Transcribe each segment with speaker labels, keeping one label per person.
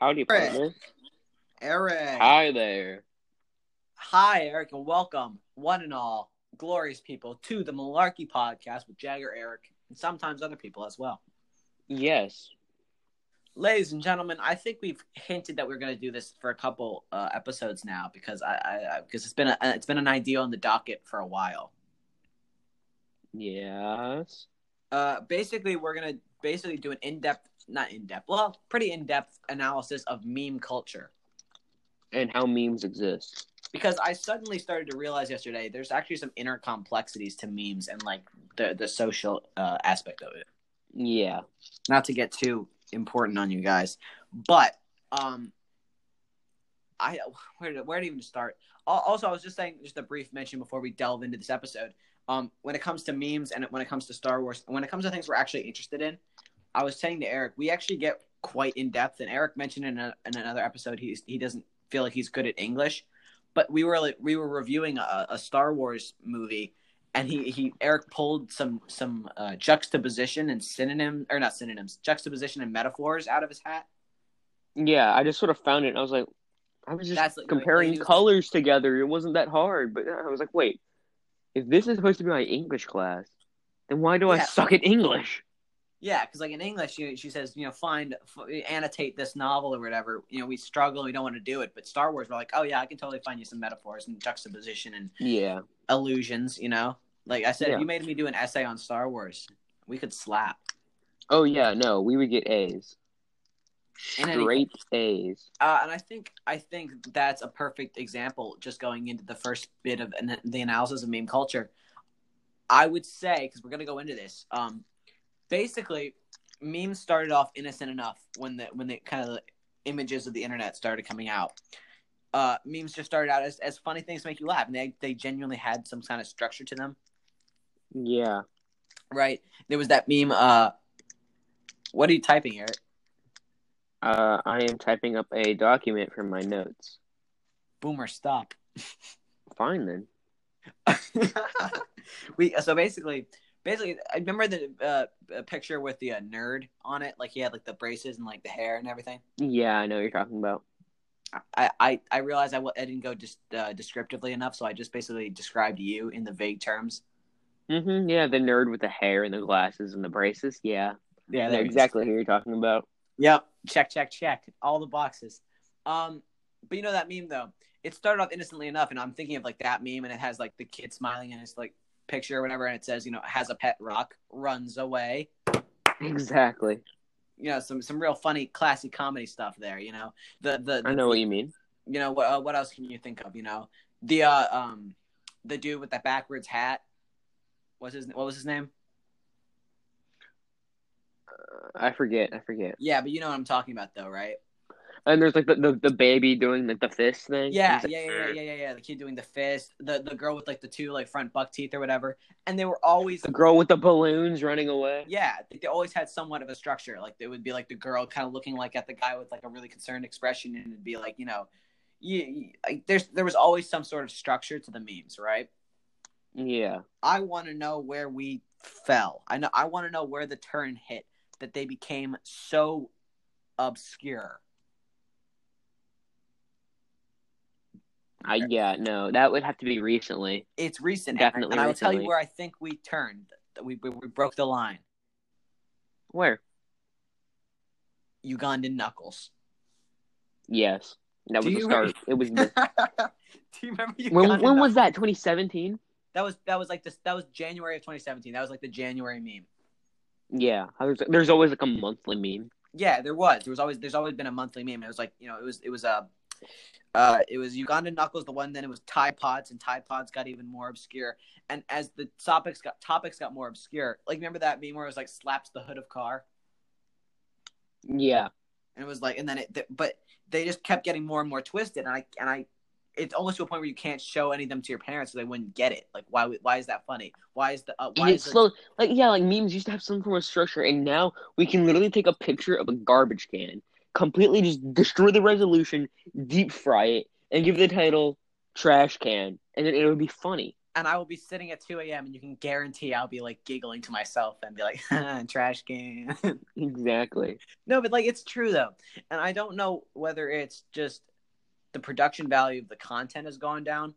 Speaker 1: Howdy,
Speaker 2: Eric.
Speaker 1: partner.
Speaker 2: Eric.
Speaker 1: Hi there.
Speaker 2: Hi, Eric, and welcome, one and all, glorious people, to the Malarkey Podcast with Jagger Eric and sometimes other people as well.
Speaker 1: Yes.
Speaker 2: Ladies and gentlemen, I think we've hinted that we're going to do this for a couple uh, episodes now because I, I, I because it's been a it's been an idea on the docket for a while.
Speaker 1: Yes.
Speaker 2: Uh, basically, we're gonna basically do an in depth, not in depth, well, pretty in depth analysis of meme culture.
Speaker 1: And how memes exist.
Speaker 2: because I suddenly started to realize yesterday there's actually some inner complexities to memes and like the the social uh, aspect of it.
Speaker 1: Yeah.
Speaker 2: Not to get too important on you guys, but um, I where to, where to even start? Al- Also, I was just saying just a brief mention before we delve into this episode. Um, when it comes to memes and when it comes to Star Wars, when it comes to things we're actually interested in, I was saying to Eric, we actually get quite in depth. And Eric mentioned in, a, in another episode he's, he doesn't feel like he's good at English, but we were like, we were reviewing a, a Star Wars movie, and he, he Eric pulled some some uh, juxtaposition and synonym or not synonyms juxtaposition and metaphors out of his hat.
Speaker 1: Yeah, I just sort of found it and I was like, I was just
Speaker 2: That's like-
Speaker 1: comparing
Speaker 2: like you-
Speaker 1: colors together. It wasn't that hard. But I was like, wait, if this is supposed to be my English class, then why do I
Speaker 2: Yeah.
Speaker 1: suck at English?
Speaker 2: Yeah, because like in English, she, she says, you know, find f- annotate this novel or whatever. You know, we struggle, we don't want to do it. But Star Wars, we're like, oh yeah, I can totally find you some metaphors and juxtaposition and
Speaker 1: Yeah.
Speaker 2: illusions. You know, like I said,
Speaker 1: Yeah.
Speaker 2: if you made me do an essay on Star Wars, we could slap.
Speaker 1: Oh, yeah, no, we would get A's.
Speaker 2: In any-
Speaker 1: Straight A's.
Speaker 2: Uh, and I think I think that's a perfect example. Just going into the first bit of an, the analysis of meme culture, I would say because we're going to go into this. Um, basically, memes started off innocent enough when the when the kind of images of the internet started coming out. Uh, memes just started out as, as funny things to make you laugh, and they they genuinely had some kind of structure to them
Speaker 1: Yeah.
Speaker 2: right? There was that meme. Uh, what are you typing, Eric?
Speaker 1: Uh, I am typing up a document from my notes.
Speaker 2: Boomer, stop.
Speaker 1: Fine then.
Speaker 2: we uh, so basically, basically, I remember the uh, a picture with the uh, nerd on it. Like he had like the braces and like the hair and everything.
Speaker 1: Yeah, I know what you're talking about.
Speaker 2: I I, I realized I, w- I didn't go just uh, descriptively enough, so I just basically described you in the vague terms.
Speaker 1: hmm yeah, the nerd with the hair and the glasses and the braces. Yeah,
Speaker 2: Yeah,
Speaker 1: I know exactly who you're talking about.
Speaker 2: Yep. Check, check, check. All the boxes. Um, but you know that meme though. It started off innocently enough, and I'm thinking of like that meme, and it has like the kid smiling and it's like picture or whatever, and it says, you know, has a pet rock, runs away.
Speaker 1: Exactly.
Speaker 2: You know, some some real funny, classy comedy stuff there. You know, the the,
Speaker 1: I know what you mean.
Speaker 2: you know what uh, what else can you think of? You know, the uh, um the dude with that backwards hat. What's his what was his name?
Speaker 1: Uh, I forget. I forget.
Speaker 2: Yeah, but you know what I'm talking about though, right?
Speaker 1: And there's like the, the, the baby doing like the fist thing.
Speaker 2: Yeah,
Speaker 1: He's like,
Speaker 2: yeah, yeah, yeah, yeah, yeah, yeah. The kid doing the fist, the the girl with like the two like front buck teeth or whatever, and they were always
Speaker 1: The girl with the balloons running away.
Speaker 2: yeah, they always had somewhat of a structure. Like it would be like the girl kind of looking like at the guy with like a really concerned expression, and it'd be like you know, you, you like, there's there was always some sort of structure to the memes, right?
Speaker 1: Yeah.
Speaker 2: I want to know where we fell. I know I want to know where the turn hit that they became so obscure.
Speaker 1: I yeah no that would have to be recently.
Speaker 2: It's recent, Eric,
Speaker 1: Definitely
Speaker 2: and I will tell you
Speaker 1: recently.
Speaker 2: where I think we turned. That we, we we broke the line.
Speaker 1: Where?
Speaker 2: Ugandan knuckles.
Speaker 1: Yes. That
Speaker 2: Do
Speaker 1: was the
Speaker 2: you-
Speaker 1: start. It was
Speaker 2: Do you remember Ugandan
Speaker 1: when when
Speaker 2: knuckles?
Speaker 1: was that? 2017.
Speaker 2: That was that was like this. That was January of 2017. That was like the January meme.
Speaker 1: Yeah. There's there's always like a monthly meme.
Speaker 2: Yeah, there was. There was always. There's always been a monthly meme. It was like you know. It was. It was Uh, uh, it was Ugandan knuckles, the one. Then it was Tide Pods, and Tide Pods got even more obscure. And as the topics got topics got more obscure, like remember that meme where it was like slaps the hood of car,
Speaker 1: Yeah.
Speaker 2: and it was like, and then it. th- but they just kept getting more and more twisted, and I and I, it's almost to a point where you can't show any of them to your parents, so they wouldn't get it. Like why? would- Why is that funny? Why is the? Uh, why
Speaker 1: And
Speaker 2: is
Speaker 1: it's
Speaker 2: the,
Speaker 1: slow, like yeah, like memes used to have some form of structure, and now we can literally take a picture of a garbage can, completely just destroy the resolution, deep fry it, and give the title "trash can," and then it'll be funny.
Speaker 2: and I will be sitting at 2 a.m. and you can guarantee I'll be like giggling to myself and be like, "Haha, trash can.
Speaker 1: Exactly.
Speaker 2: no, but like it's true though. And I don't know whether it's just the production value of the content has gone down.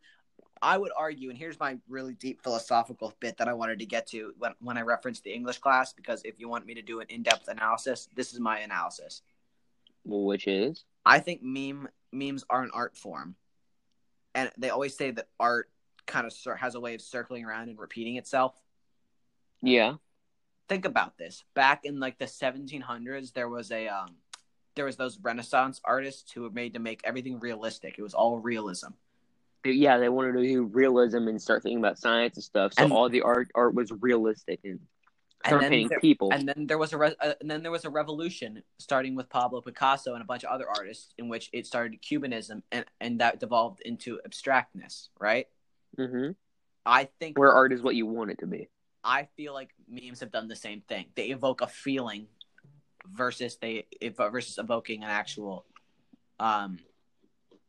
Speaker 2: I would argue, and here's my really deep philosophical bit that I wanted to get to when, when I referenced the English class, because if you want me to do an in depth analysis, this is my analysis.
Speaker 1: Which is
Speaker 2: I think meme memes are an art form, and they always say that art kind of cir- has a way of circling around and repeating itself.
Speaker 1: yeah.
Speaker 2: Think about this. Back in like the 1700s, there was a um, there was those Renaissance artists who were made to make everything realistic. It was all realism.
Speaker 1: Yeah, they wanted to do realism and start thinking about science and stuff. So
Speaker 2: And-
Speaker 1: all the art art was realistic and
Speaker 2: And
Speaker 1: started
Speaker 2: then
Speaker 1: painting
Speaker 2: there-
Speaker 1: people.
Speaker 2: and then there was a re- uh, and then there was a revolution starting with Pablo Picasso and a bunch of other artists in which it started Cubanism and and that devolved into abstractness, right?
Speaker 1: hmm
Speaker 2: I think
Speaker 1: Where art is what you want it to be.
Speaker 2: I feel like memes have done the same thing. They evoke a feeling versus they if uh, versus evoking an actual um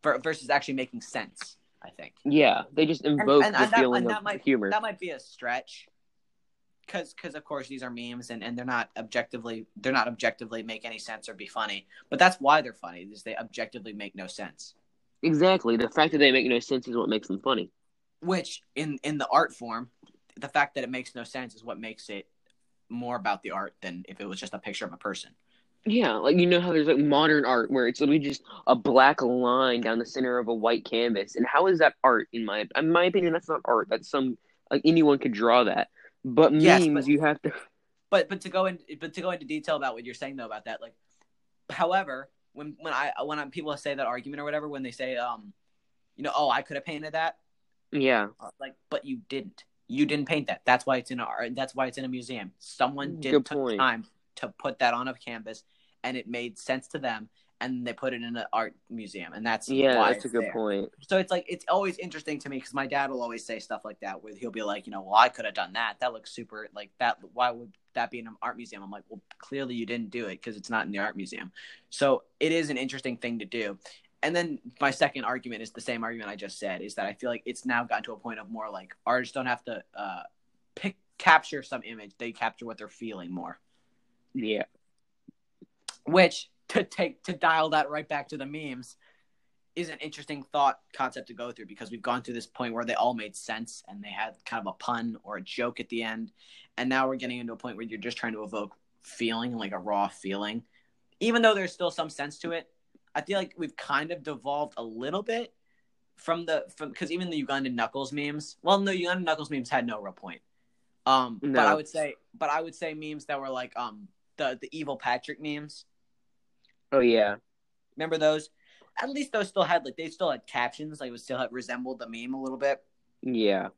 Speaker 2: ver- versus actually making sense, I think.
Speaker 1: Yeah, they just invoke
Speaker 2: and-
Speaker 1: the
Speaker 2: and that-
Speaker 1: feeling
Speaker 2: and
Speaker 1: of
Speaker 2: that might-
Speaker 1: humor.
Speaker 2: That might be a stretch. Cause, cause of course these are memes and, and they're not objectively they're not objectively make any sense or be funny. But that's why they're funny, is they objectively make no sense.
Speaker 1: Exactly. The fact that they make no sense is what makes them funny.
Speaker 2: Which in, in the art form, the fact that it makes no sense is what makes it more about the art than if it was just a picture of a person.
Speaker 1: Yeah, like you know how there's like modern art where it's literally just a black line down the center of a white canvas, and how is that art? In my in my opinion, that's not art. That's some like anyone could draw that. But memes,
Speaker 2: Yes, but-
Speaker 1: you have to.
Speaker 2: But but to go in but to go into detail about what you're saying though about that, like however, when when I when I, people say that argument or whatever, when they say um, you know, oh I could have painted that,
Speaker 1: Yeah,
Speaker 2: like but you didn't you didn't paint that that's why it's in our that's why it's in a museum someone did
Speaker 1: Hmm. Good
Speaker 2: took
Speaker 1: point.
Speaker 2: time to put that on a canvas and it made sense to them and they put it in an art museum and that's
Speaker 1: yeah,
Speaker 2: why
Speaker 1: that's a
Speaker 2: it's
Speaker 1: good
Speaker 2: there.
Speaker 1: point.
Speaker 2: so it's like it's always interesting to me because my dad will always say stuff like that where he'll be like you know well i could have done that that looks super like that why would that be in an art museum i'm like well clearly you didn't do it because it's not in the art museum so it is an interesting thing to do and then my second argument is the same argument i just said is that i feel like it's now gotten to a point of more like artists don't have to uh pick capture some image they capture what they're feeling more
Speaker 1: Yeah,
Speaker 2: which to take to dial that right back to the memes is an interesting thought concept to go through because we've gone through this point where they all made sense and they had kind of a pun or a joke at the end and now we're getting into a point where you're just trying to evoke feeling like a raw feeling even though there's still some sense to it i feel like we've kind of devolved a little bit from the from because even the ugandan knuckles memes well no ugandan knuckles memes had no real point um
Speaker 1: No.
Speaker 2: but i would say but i would say memes that were like um the the evil patrick memes
Speaker 1: oh yeah,
Speaker 2: Remember those? At least those still had like they still had captions. Like it was still had, resembled the meme a little bit.
Speaker 1: yeah,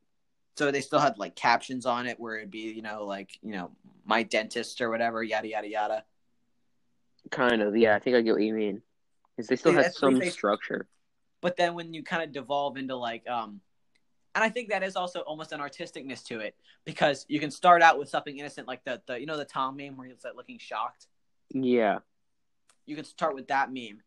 Speaker 2: So they still had like captions on it where it'd be you know like you know my dentist or whatever yada yada yada.
Speaker 1: kind of. Yeah, I think I get what you mean. Because they still
Speaker 2: Yeah,
Speaker 1: have
Speaker 2: that's what
Speaker 1: some
Speaker 2: they-
Speaker 1: structure.
Speaker 2: But then when you kind of devolve into like um, and I think that is also almost an artisticness to it because you can start out with something innocent like the the you know the Tom meme where he's like looking shocked.
Speaker 1: Yeah,
Speaker 2: you can start with that meme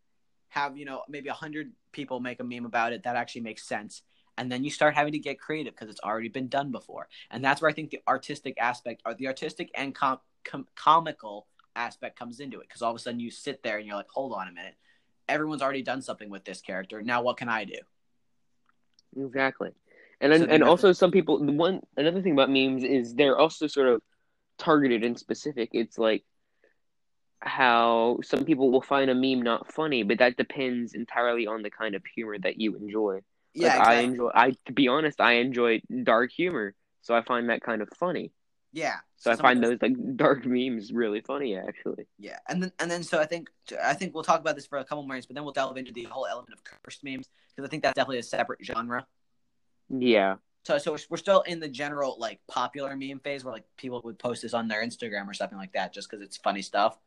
Speaker 2: have you know maybe 100 people make a meme about it that actually makes sense and then you start having to get creative because it's already been done before and that's where i think the artistic aspect or the artistic and com- com- comical aspect comes into it because all of a sudden you sit there and you're like hold on a minute everyone's already done something with this character now what can i do
Speaker 1: exactly. And then-
Speaker 2: So then
Speaker 1: and
Speaker 2: that's-
Speaker 1: also some people. The one another thing about memes is they're also sort of targeted and specific. It's like how some people will find a meme not funny, but that depends entirely on the kind of humor that you enjoy. like, I enjoy. I to be honest, I enjoy dark humor, so I find that kind of funny.
Speaker 2: yeah
Speaker 1: So I
Speaker 2: someone
Speaker 1: find
Speaker 2: goes-
Speaker 1: those like dark memes really funny, actually.
Speaker 2: Yeah, and then and then so I think I think we'll talk about this for a couple more minutes, but then we'll delve into the whole element of cursed memes because I think that's definitely a separate genre.
Speaker 1: Yeah,
Speaker 2: So so we're, we're still in the general like popular meme phase where like people would post this on their Instagram or something like that just because it's funny stuff.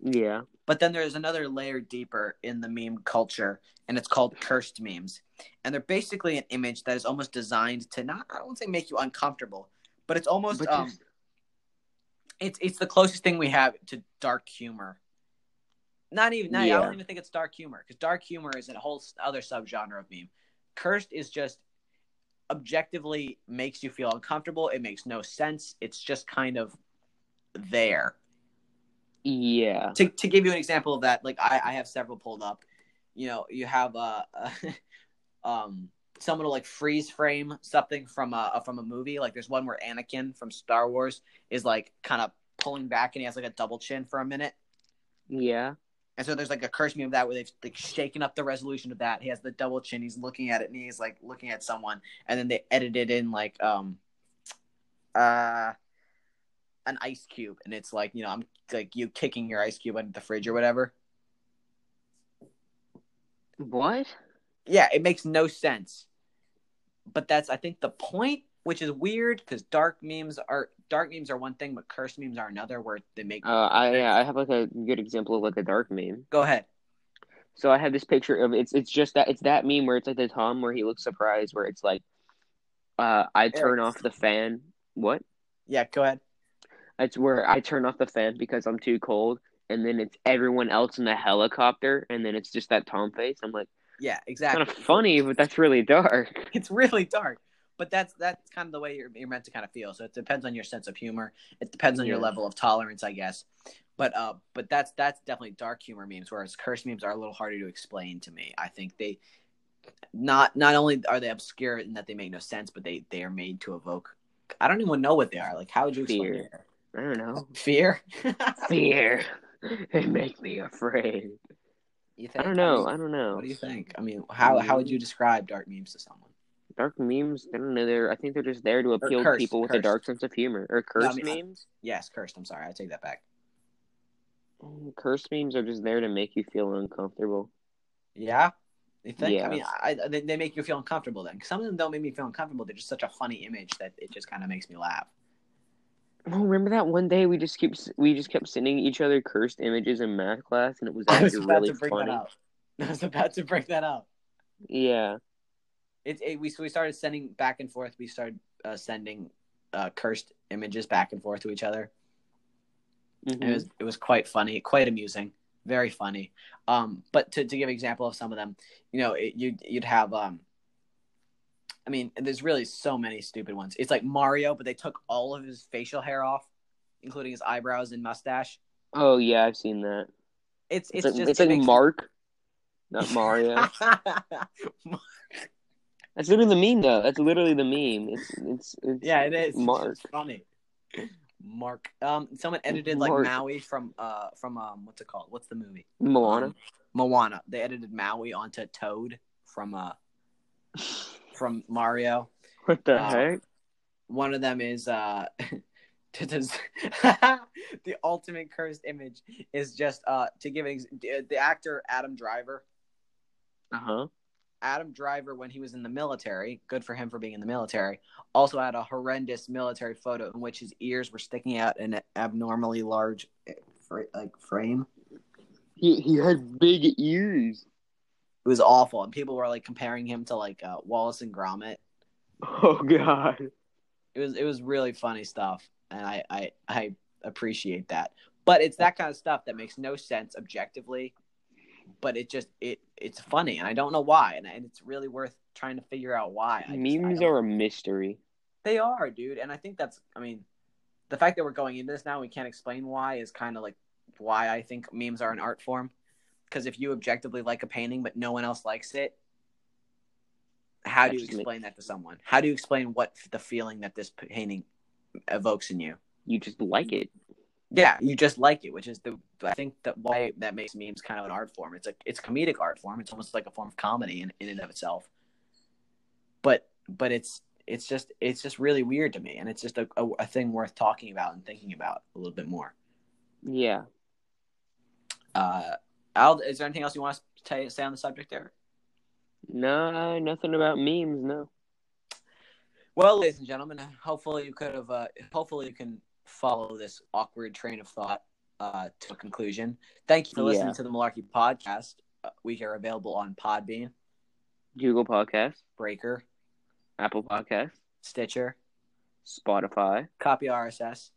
Speaker 1: yeah,
Speaker 2: But then there's another layer deeper in the meme culture, and it's called cursed memes. And they're basically an image that is almost designed to not I don't want to say make you uncomfortable, but it's almost
Speaker 1: But
Speaker 2: um
Speaker 1: just-
Speaker 2: it's it's the closest thing we have to dark humor. Not even not, I
Speaker 1: Yeah.
Speaker 2: don't even think it's dark humor because dark humor is a whole s- other subgenre of meme. Cursed is just objectively makes you feel uncomfortable. It makes no sense. It's just kind of there.
Speaker 1: Yeah.
Speaker 2: To, to give you an example of that, like I, I have several pulled up. You know, you have uh, um, someone will like freeze frame something from a from a movie. Like there's one where Anakin from Star Wars is like kind of pulling back and he has like a double chin for a minute.
Speaker 1: Yeah.
Speaker 2: And so there's like a curse meme of that where they've like shaken up the resolution of that. He has the double chin. He's looking at it and he's like looking at someone. And then they edited in like um uh an ice cube and it's like you know I'm like you kicking your ice cube under the fridge or whatever.
Speaker 1: What?
Speaker 2: Yeah, it makes no sense. But that's I think the point, which is weird because dark memes are dark memes are one thing, but curse memes are another where they make.
Speaker 1: Uh, I yeah, I have like a good example of like a dark meme.
Speaker 2: Go ahead.
Speaker 1: So I have this picture of it's it's just that it's that meme where it's like the Tom where he looks surprised where it's like, uh, I turn off the fan. What?
Speaker 2: Yeah, go ahead.
Speaker 1: It's where I turn off the fan because I'm too cold, and then it's everyone else in the helicopter, and then it's just that Tom face. I'm like,
Speaker 2: Yeah, exactly.
Speaker 1: kind of funny, but that's really dark.
Speaker 2: it's really dark. But that's that's kind of the way you're, you're meant to kind of feel. So it depends on your sense of humor. It depends on your
Speaker 1: Yeah.
Speaker 2: level of tolerance, I guess. But uh, but that's that's definitely dark humor memes. Whereas curse memes are a little harder to explain to me. I think they not not only are they obscure in that they make no sense, but they they are made to evoke. I don't even know what they are. Like how would you explain
Speaker 1: Fear. I don't know.
Speaker 2: Fear.
Speaker 1: Fear. They make me afraid.
Speaker 2: You
Speaker 1: I
Speaker 2: think?
Speaker 1: don't know. I
Speaker 2: What do
Speaker 1: don't
Speaker 2: you,
Speaker 1: know. Mm.
Speaker 2: what do you think? I mean, how how would you describe dark memes to someone?
Speaker 1: Dark memes, I don't know. They're I think they're just there to appeal to
Speaker 2: cursed,
Speaker 1: people with a
Speaker 2: cursed.
Speaker 1: dark sense of humor. Or curse
Speaker 2: mean, I-
Speaker 1: memes.
Speaker 2: Yes, cursed. I'm sorry. I take that back.
Speaker 1: Mm, Curse memes are just there to make you feel uncomfortable.
Speaker 2: Yeah, you think? I
Speaker 1: Yeah.
Speaker 2: mean, I, I- they, they make you feel uncomfortable. Then 'Cause some of them don't make me feel uncomfortable. They're just such a funny image that it just kind of makes me laugh.
Speaker 1: Oh, remember that one day we just keep we just kept sending each other cursed images in math class, and it was
Speaker 2: I was
Speaker 1: actually
Speaker 2: about
Speaker 1: really
Speaker 2: to bring
Speaker 1: funny.
Speaker 2: that up. I was about to bring that up.
Speaker 1: Yeah,
Speaker 2: It, it we so we started sending back and forth. We started uh, sending uh, cursed images back and forth to each other.
Speaker 1: Mhm.
Speaker 2: It was it was quite funny, quite amusing, very funny. Um, but to, to give an example of some of them, you know, it, you'd you'd have um, I mean, there's really so many stupid ones. It's like Mario, but they took all of his facial hair off, including his eyebrows and mustache.
Speaker 1: oh yeah, I've seen that.
Speaker 2: It's
Speaker 1: It's, like
Speaker 2: it's, just
Speaker 1: it's like
Speaker 2: it makes-
Speaker 1: Mark, not Mario. That's literally the meme though. That's literally the meme. It's it's, it's
Speaker 2: yeah, it is.
Speaker 1: Mark.
Speaker 2: It's funny. Mark. Um, someone edited like
Speaker 1: Mark.
Speaker 2: Maui from uh from um what's it called? What's the movie?
Speaker 1: Moana.
Speaker 2: Um, Moana. They edited Maui onto Toad from uh from Mario.
Speaker 1: What the
Speaker 2: uh,
Speaker 1: heck?
Speaker 2: One of them is uh to- to- the ultimate cursed image is just uh to give an ex- the the actor Adam Driver.
Speaker 1: Uh huh.
Speaker 2: uh-huh. Adam Driver when he was in the military, good for him for being in the military, also had a horrendous military photo in which his ears were sticking out in an abnormally large eh, fra- like frame.
Speaker 1: He he had big ears.
Speaker 2: It was awful and people were like comparing him to like uh, Wallace and Gromit.
Speaker 1: Oh god.
Speaker 2: it was it was really funny stuff and I, I i appreciate that but it's that kind of stuff that makes no sense objectively but it just it it's funny and i don't know why and, and it's really worth trying to figure out why I just- I
Speaker 1: Memes
Speaker 2: don't-
Speaker 1: are a mystery.
Speaker 2: they are dude and i think that's i mean the fact that we're going into this now and we can't explain why is kind of like why i think memes are an art form because if you objectively like a painting but no one else likes it how
Speaker 1: That
Speaker 2: do you
Speaker 1: just makes-
Speaker 2: explain that to someone how do you explain what f- the feeling that this painting evokes in you
Speaker 1: You just like it.
Speaker 2: yeah you just like it which is the i think that why that makes memes kind of an art form it's like it's comedic art form it's almost like a form of comedy in, in and of itself but but it's it's just it's just really weird to me and it's just a, a, a thing worth talking about and thinking about a little bit more
Speaker 1: Yeah.
Speaker 2: uh Al, is there anything else you want to say, say on the subject there
Speaker 1: No, nothing about memes. No.
Speaker 2: well ladies and gentlemen hopefully you could have uh hopefully you can follow this awkward train of thought uh to a conclusion thank you for listening
Speaker 1: Yeah.
Speaker 2: to the malarkey podcast uh, we are available on podbean
Speaker 1: Google Podcast,
Speaker 2: Breaker,
Speaker 1: Apple Podcast,
Speaker 2: Stitcher,
Speaker 1: Spotify,
Speaker 2: Copy RSS,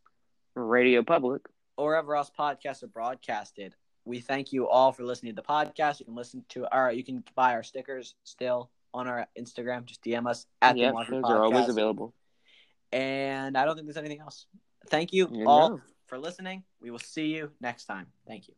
Speaker 1: Radio Public.
Speaker 2: or wherever else podcasts are broadcasted. We thank you all for listening to the podcast. You can listen to our, you can buy our stickers still. on our Instagram. Just DM us at
Speaker 1: yeah,
Speaker 2: the Laundry
Speaker 1: those are always
Speaker 2: Podcast.
Speaker 1: available.
Speaker 2: And I don't think there's anything else. Thank you
Speaker 1: You
Speaker 2: all
Speaker 1: know.
Speaker 2: for listening. We will see you next time. Thank you.